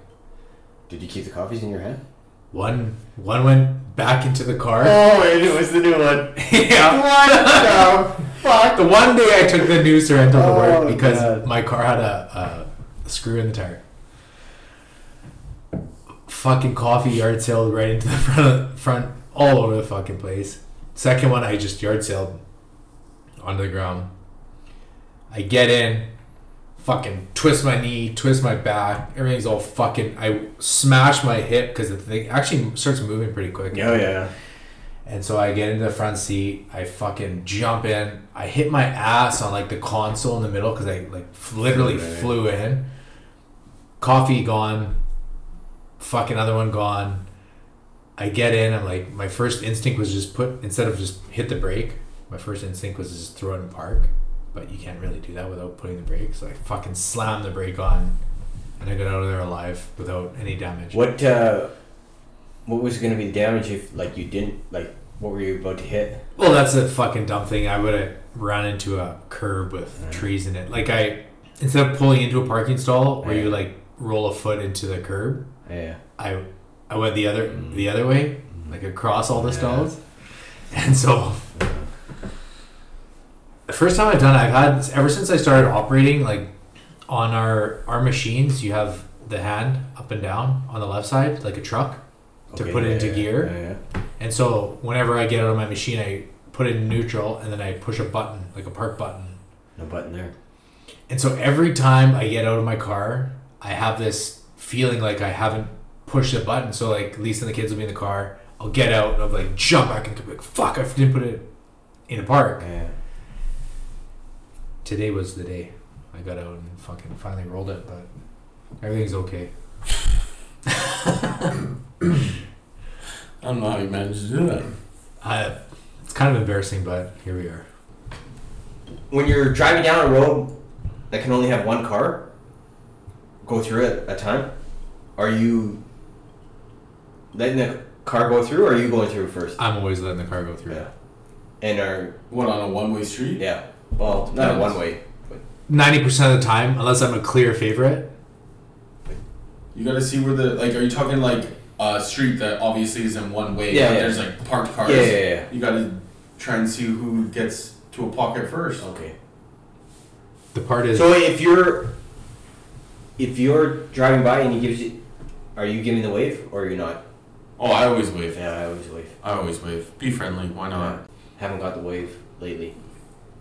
C: Did you keep the coffees in your hand?
A: One one went back into the car.
C: Oh, wait, it was the new one.
A: yeah.
C: fuck?
A: The one day I took the new Sorrento to
C: Oh,
A: work because
C: God.
A: my car had a, a screw in the tire. Fucking coffee yard sale right into the front of, front all over the fucking place. Second one I just yard sailed onto the ground. I get in, fucking twist my knee, twist my back. Everything's all fucking. I smash my hip because the thing actually starts moving pretty quick.
C: Oh yeah.
A: And so I get into the front seat. I fucking jump in. I hit my ass on like the console in the middle because I like f- literally
C: Right.
A: flew in. Coffee gone. Fucking other one gone. I get in. I'm like, my first instinct was just put instead of just hit the brake. My first instinct was just throw it in park, but you can't really do that without putting the brake. So I fucking slammed the brake on, and I got out of there alive without any damage.
C: What uh, what was gonna be the damage if like you didn't like what were you about to hit?
A: Well, that's a fucking dumb thing. I would have run into a curb with trees in it. Like I, instead of pulling into a parking stall where you
C: Yeah.
A: like roll a foot into the curb,
C: Yeah.
A: I, I went the other the other way, like across all the
C: Mm. Yeah.
A: stalls, and so. The first time I've done, it, I've had ever since I started operating. Like on our our machines, you have the hand up and down on the left side, like a truck, to
C: Okay,
A: put it into
C: yeah,
A: gear.
C: Yeah.
A: And so whenever I get out of my machine, I put it in neutral and then I push a button, like a park button.
C: No button there.
A: And so every time I get out of my car, I have this feeling like I haven't pushed a button. So like Lisa and the kids will be in the car. I'll get out and I'll like jump back and be like, fuck, I didn't put it in a park.
C: Yeah.
A: Today was the day I got out and fucking finally rolled it, but everything's okay.
B: I don't know how you managed to do that.
A: I, it's kind of embarrassing, but here we are.
C: When you're driving down a road that can only have one car go through it at a time, are you letting the car go through or are you going through first?
A: I'm always letting the car go through.
C: And are
B: What on a one-way street?
C: yeah. Well, not
B: Depends.
C: one way.
A: Ninety percent of the time, unless I'm a clear favorite,
B: You got to see where the like. Are you talking like a street that obviously is in one way.
C: Yeah,
B: but
C: yeah.
B: There's like parked cars.
C: Yeah, yeah, yeah.
B: You gotta try and see who gets to a pocket first.
C: Okay.
A: The part is
C: So if you're if you're driving by and he gives you, are you giving the wave or are you not?
B: Oh, I always wave.
C: Yeah, I always wave.
B: I always wave. Be friendly. Why not?
C: Haven't got the wave lately.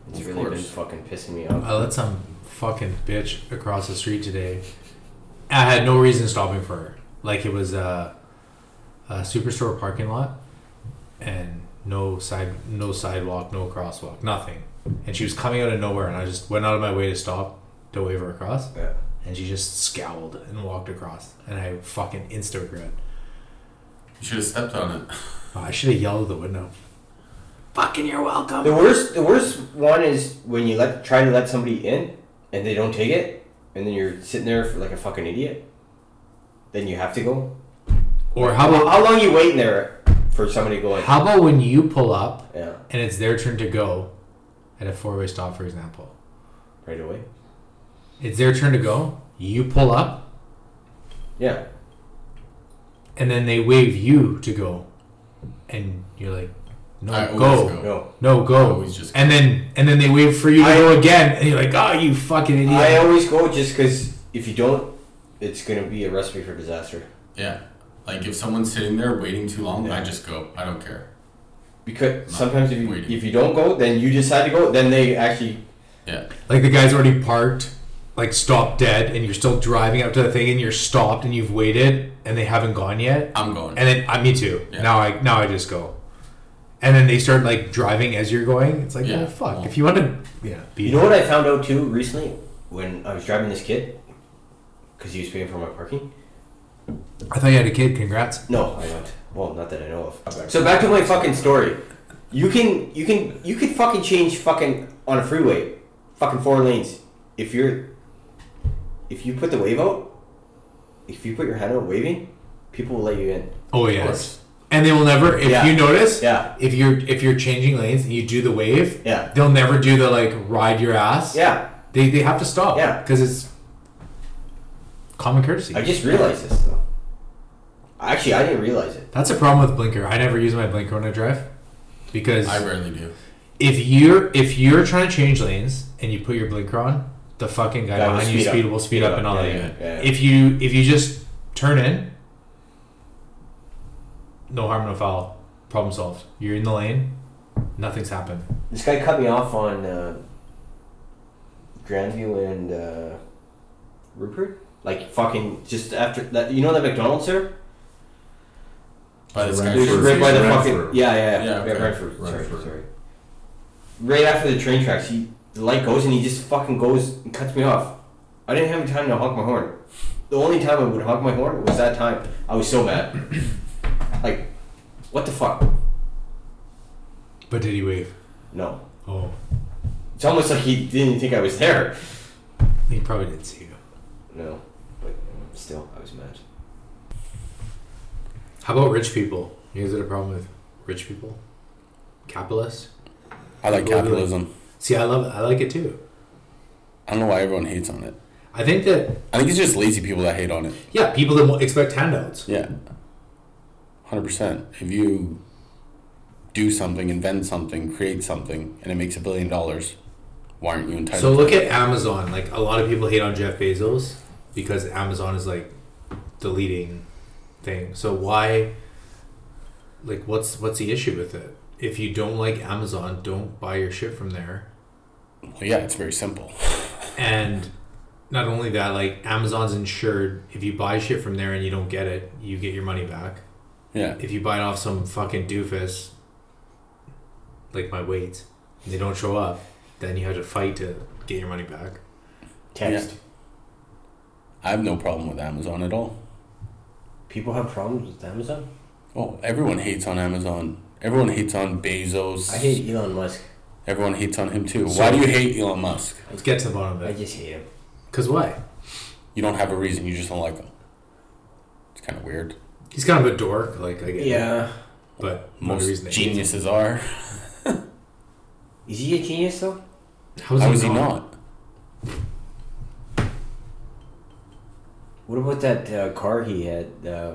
C: It's
B: Of
C: really been
B: course. Uh,
C: fucking pissing me off.
A: I let some fucking bitch across the street today. I had no reason stopping for her. Like it was a, a superstore parking lot, and no side, no sidewalk, no crosswalk, nothing. And she was coming out of nowhere, and I just went out of my way to stop to wave her across,
C: Yeah.
A: and she just scowled and walked across, and I fucking insta regret.
B: You should have stepped on it.
A: Oh, I should have yelled at the window. Fucking, you're welcome.
C: The worst, the worst one is when you let try to let somebody in and they don't take it, and then you're sitting there for like a fucking idiot. Then you have to go.
A: Or how
C: Well,
A: about
C: how long you waiting there for somebody to go in?
A: how about when you pull up
C: Yeah,
A: and it's their turn to go at a four way stop, for example.
C: right away.
A: It's their turn to go, you pull up,
C: Yeah,
A: and then they wave you to go. And you're like, no,
B: I always
A: go.
B: go.
C: no.
A: No,
B: I
A: go.
B: always just
A: And then and then they wave for you to
C: I-
A: go again. And you're like, oh, you fucking idiot.
C: I always go just because if you don't, it's gonna be a recipe for disaster.
B: Yeah. Like if someone's sitting there waiting too long,
C: Yeah.
B: I just go. I don't care.
C: Because sometimes if you
B: waiting.
C: if you don't go, then you decide to go. Then they actually
B: Yeah.
A: like the guy's already parked, like stopped dead, and you're still driving up to the thing and you're stopped and you've waited and they haven't gone yet.
B: I'm going.
A: And then uh, me too.
B: Yeah.
A: Now I now I just go. And then they start like driving as you're going. It's like,
B: Yeah.
A: oh fuck.
B: Well-
A: if you want to Yeah. Be
C: You know what I found out too recently when I was driving this kid because he was paying for my parking.
A: I thought you had a kid, congrats.
C: No, I don't. Well, not that I know of. So back to my fucking story. You can you can you can fucking change fucking on a freeway, fucking four lanes. If you're if you put the wave out, if you put your hand out waving, people will let you in.
A: Oh
B: course.
A: yes. And they will never if
C: Yeah.
A: you notice
C: Yeah.
A: if you're if you're changing lanes and you do the wave,
C: Yeah.
A: they'll never do the like ride your ass.
C: Yeah.
A: They they have to stop.
C: Yeah.
A: Because it's common courtesy.
C: I just realized this though. Actually, I didn't realize it.
A: That's a problem with blinker. I never use my blinker when I drive. Because
B: I rarely do.
A: if you're if you're trying to change lanes and you put your blinker on, the fucking guy
C: Guy will
A: behind you
C: speed up.
A: speed will speed up and all
C: Yeah,
A: that.
C: yeah, yeah, yeah.
A: If you if you just turn in, no harm, no foul. Problem solved. You're in the lane. Nothing's happened.
C: This guy cut me off on uh, Grandview and uh, Rupert. Like fucking just after that, you know that McDonald's there.
B: By the sky.
D: Renfrew.
C: There's right by the
D: Renfrew.
C: fucking yeah, yeah, yeah.
B: Yeah, okay.
C: Renfrew, sorry,
D: Renfrew.
C: sorry. Right after the train tracks, he the light goes and he just fucking goes and cuts me off. I didn't have any time to honk my horn. The only time I would honk my horn was that time. I was so mad. like, what the fuck?
A: But did he wave?
C: No.
A: Oh,
C: It's almost like he didn't think I was there.
A: he probably didn't see you.
C: No, but still, I was mad.
A: How about rich people? Is it a problem with rich people? Capitalists.
B: I like
A: People will be like-
B: capitalism.
A: See, I love. I like it too.
B: I don't know why everyone hates on it.
A: I think that
B: I think it's just lazy people that hate on it.
A: yeah, people that won't expect handouts.
B: Yeah. 100%. If you do something, invent something, create something, and it makes a billion dollars, why aren't you entitled
A: So
B: to
A: look
B: it?
A: at Amazon. Like a lot of people hate on Jeff Bezos because Amazon is like the leading thing. So why like what's what's the issue with it? If you don't like Amazon, don't buy your shit from there.
B: Well, yeah, it's very simple.
A: And not only that, like Amazon's insured. If you buy shit from there and you don't get it, you get your money back.
B: Yeah.
A: If you buy it off some fucking doofus like my weight, and they don't show up, then you have to fight to get your money back.
C: Text.
B: I have no problem with Amazon at all.
C: People have problems with Amazon.
B: Oh, everyone hates on Amazon. Everyone hates on Bezos.
C: I hate Elon Musk.
B: Everyone hates on him too.
A: So-
B: Why do you hate Elon Musk?
A: Let's get to the bottom of
C: I
A: it.
C: just hate him.
A: Cause why?
B: You don't have a reason. You just don't like him. It's kind of weird.
A: He's kind of a dork, like I get. it.
C: Yeah.
A: But most reason
B: Most
A: they hate him.
B: geniuses are.
C: Is he a genius though?
A: How's
B: How is he not?
C: What about that uh, car he had? Uh,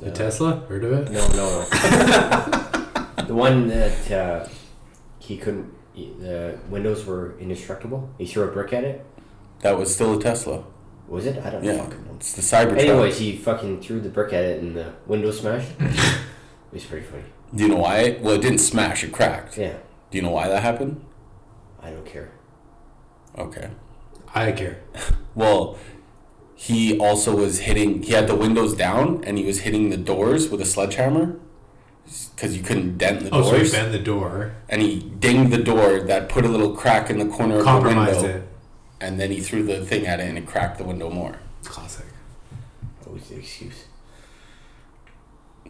A: The Tesla? Heard of it?
C: No, no, no. the one that uh, he couldn't. he- The windows were indestructible. He threw a brick at it.
B: That was still a Tesla.
C: Was it? I don't
B: Yeah,
C: fucking know.
B: it's the Cybertruck.
C: Anyways, he fucking threw the brick at it and the window smashed. it was pretty funny.
B: Do you know why? it- Well, it didn't smash. It cracked.
C: Yeah,
B: Do you know why that happened?
C: I don't care.
B: Okay.
A: I care.
B: Well, he also was hitting. He had the windows down, and he was hitting the doors with a sledgehammer because you couldn't dent the
A: Oh, so
B: doors.
A: you bend the door,
B: and he dinged the door that put a little crack in the corner of the
A: compromised
B: window.
A: it.
B: And then he threw the thing at it, and it cracked the window more.
A: Classic.
C: Always the excuse.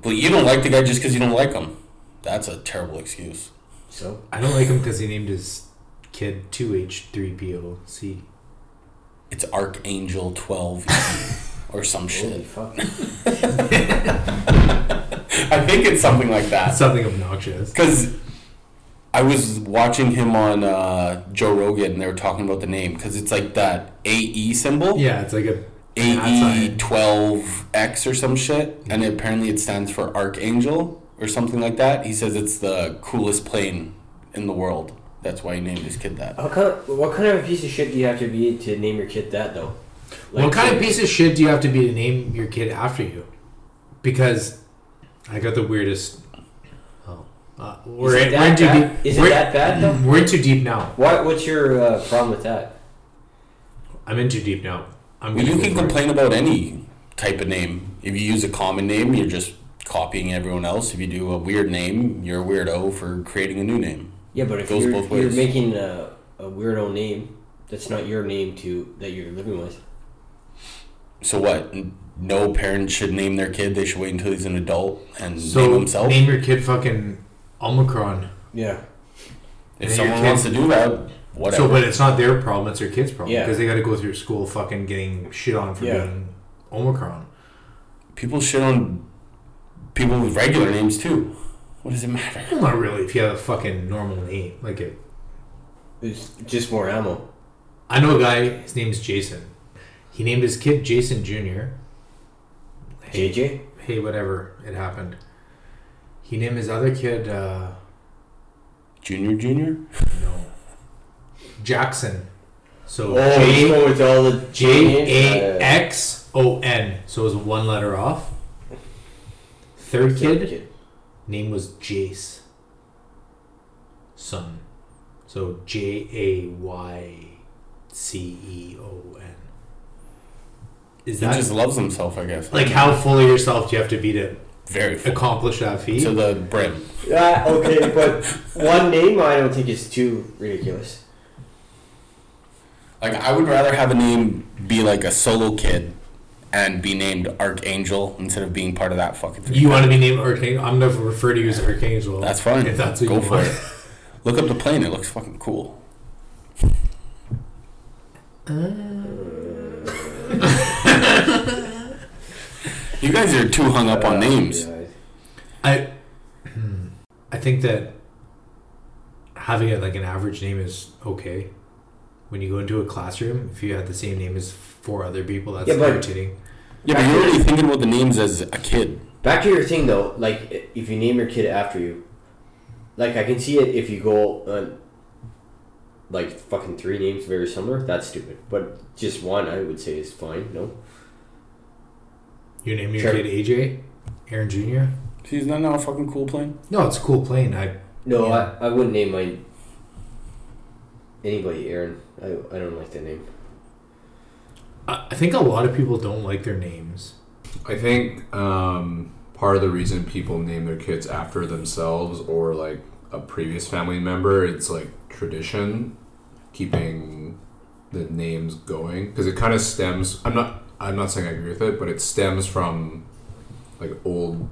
B: But you don't like the guy just because you don't like him. That's a terrible excuse.
C: So
A: I don't like him because he named his kid 2H3POC.
B: It's Archangel Twelve E or some
C: holy
B: shit.
C: fuck.
B: I think it's something like that.
A: Something obnoxious.
B: Because I was watching him on uh, Joe Rogan, and they were talking about the name because it's like that AE symbol,
A: Yeah, it's like a
B: E AE
A: sign.
B: twelve X or some shit, and apparently it stands for Archangel or something like that. He says it's the coolest plane in the world. That's why he named his kid
A: Oh,
B: that.
C: How kind what kind of a piece of shit do you have to be to name your kid that though?
A: what kind of piece of shit do you have to be to name your kid after you? Because I got the weirdest. Oh, uh,
C: Is
A: we're,
C: it
A: in, we're in
C: that
A: too
C: bad?
A: deep.
C: Is it
A: we're,
C: that bad though?
A: we're in too deep now.
C: Why? What's your uh, problem with that?
A: I'm in too deep now. I'm
B: Well,
A: gonna
B: you
A: go
B: can
A: for it.
B: complain about any type of name. If you use a common name, you're just copying everyone else. If you do a weird name, you're a weirdo for creating a new name.
C: Yeah, but if
B: Goes
C: you're,
B: both
C: you're
B: ways.
C: making a, a weirdo name, that's not your name to that you're living with.
B: So what? N- No parent should name their kid. They should wait until he's an adult and
A: So
B: name himself.
A: name your kid fucking Omicron.
C: Yeah.
A: name
B: if someone
A: your kid-
B: wants to do that, whatever.
A: So, but it's not their problem; it's their kid's problem
C: Yeah.
A: because they got to go through school fucking getting shit on for
C: Yeah.
A: doing Omicron.
B: people shit on people with regular names too. What does it matter?
A: Well, not really. If you have a fucking normal name, like it,
C: It's just more ammo.
A: I know a guy. His name's Jason. He named his kid Jason Junior.
C: JJ?
A: hey, whatever, it happened. He named his other kid, uh,
B: Junior, junior.
A: no, Jackson. So
C: Oh, he's
A: J
C: going with all the
A: J A X O N. So it was one letter off. Third kid, name was Jace. Son. So J A Y C E O N. Is
B: He
A: that
B: just loves himself, I guess.
A: like how full of yourself do you have to be to
B: very full.
A: accomplish that feat?
B: to the brim.
C: Ah, okay, but one name I don't think is too ridiculous.
B: Like I would rather have a name be like a solo kid and be named Archangel instead of being part of that fucking thing.
A: You want to be named Archangel? I'm gonna refer to you as Archangel.
B: That's fine.
A: If that's what
B: Go
A: you
B: for
A: want.
B: it. Look up the plane. It looks fucking cool. Uh. you guys are too hung up on names.
C: Yeah.
A: I, hmm, I think that having a, like an average name is okay. When you go into a classroom, if you have the same name as four other people, that's
C: Yeah, but-
A: irritating.
B: Yeah, but you're already thinking about the names as a kid.
C: Back to your thing though, like i- if you name your kid after you, like I can see it if you go on, like fucking three names very similar. That's stupid, but just one I would say is fine. No,
A: You name your
C: Sure.
A: kid AJ, Aaron Junior.
B: See, isn't that not a fucking cool plane?
A: No, it's a cool plane. I
C: no,
A: Yeah.
C: I, I wouldn't name my anybody Aaron. I I don't like that name.
A: I I think a lot of people don't like their names.
D: I think um, part of the reason people name their kids after themselves or like a previous family member, it's like tradition, keeping the names going because it kind of stems. I'm not. I'm not saying I agree with it, but it stems from like old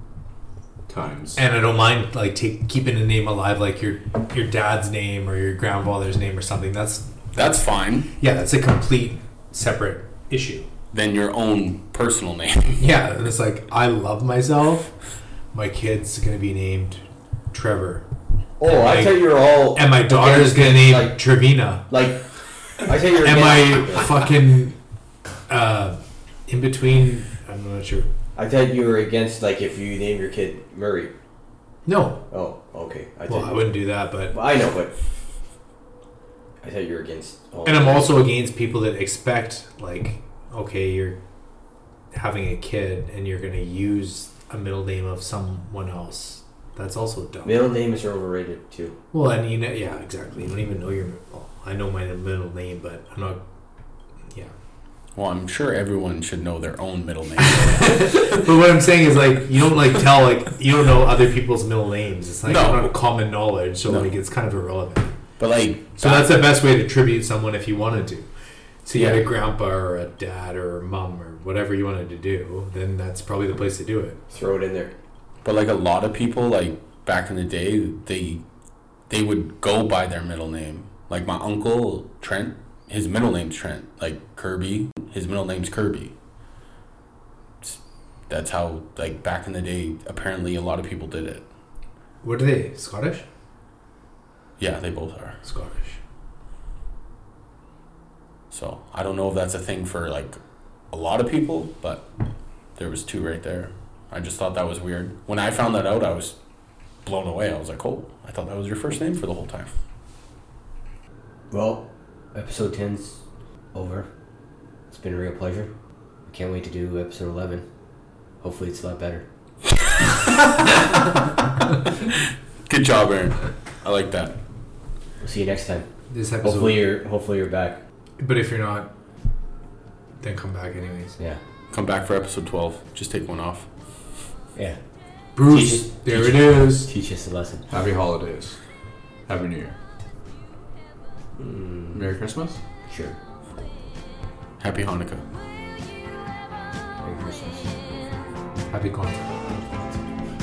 D: times.
A: And I don't mind like take, keeping a name alive, like your your dad's name or your grandfather's name or something. That's
B: That's fine.
A: Yeah, that's a complete separate issue.
B: Then your own personal name.
A: Yeah, and it's like I love myself. My kid's gonna be named Trevor,
C: Oh, I
A: Like-
C: thought you were all
A: and my daughter's gonna name
C: like-
A: Trevina,
C: like. I thought you were
A: and
C: against-
A: my fucking uh, in between. I'm not sure.
C: I thought you were against like if you name your kid Murray.
A: No.
C: Oh, okay. I
A: Well,
C: thought-
A: I wouldn't do that, but.
C: Well, I know, but I thought you were against. All
A: And I'm also against people that expect, like, okay, you're having a kid and you're going to use a middle name of someone else. That's also dumb.
C: middle names are overrated too.
A: Well, and you know, yeah, exactly. You don't even know your. Well, I know my middle name, but I'm not. Yeah.
B: Well, I'm sure everyone should know their own middle name.
A: But what I'm saying is, like, you don't like tell like you don't know other people's middle names. It's like
B: No.
A: not common knowledge, so
B: No.
A: like it's kind of irrelevant.
B: but like,
A: So that's the best way to tribute someone if you wanted to. So you had
B: Yeah.
A: a grandpa or a dad or a mom or whatever you wanted to do, then that's probably the place to do it.
C: Throw it in there.
B: but like a lot of people, like back in the day, they they would go by their middle name. Like my uncle Trent, his middle name's Trent. Like Kirby, his middle name's Kirby. It's- That's how like back in the day. Apparently, a lot of people did it.
A: What are they? Scottish?
B: Yeah, they both are.
A: Scottish.
B: So I don't know if that's a thing for like a lot of people, but there was two right there. I just thought that was weird. When I found that out, I was blown away. I was like, "Oh, I thought that was your first name for the whole time."
C: Well, episode 10's over. It's been a real pleasure. I can't wait to do episode 11. Hopefully, it's a lot better.
B: Good job, Aaron. I like that.
C: We'll see you next time.
A: This episode.
C: Hopefully, you're hopefully you're back.
A: But if you're not, then come back anyways.
C: Yeah.
B: Come back for episode twelve. Just take one off.
C: Yeah.
A: Bruce,
C: Teach-
A: there it is.
C: Teach us a lesson.
D: Happy holidays. Happy New Year.
A: Hmm.
D: Merry Christmas.
C: Sure.
B: Happy Hanukkah.
C: Merry Christmas.
A: Happy content.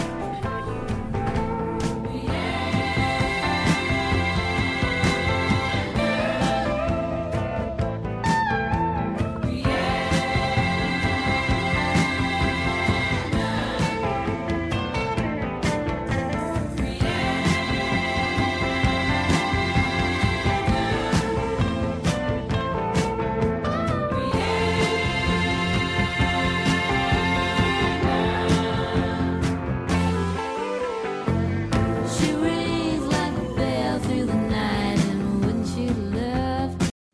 E: She rings like a bell through the night, and wouldn't you love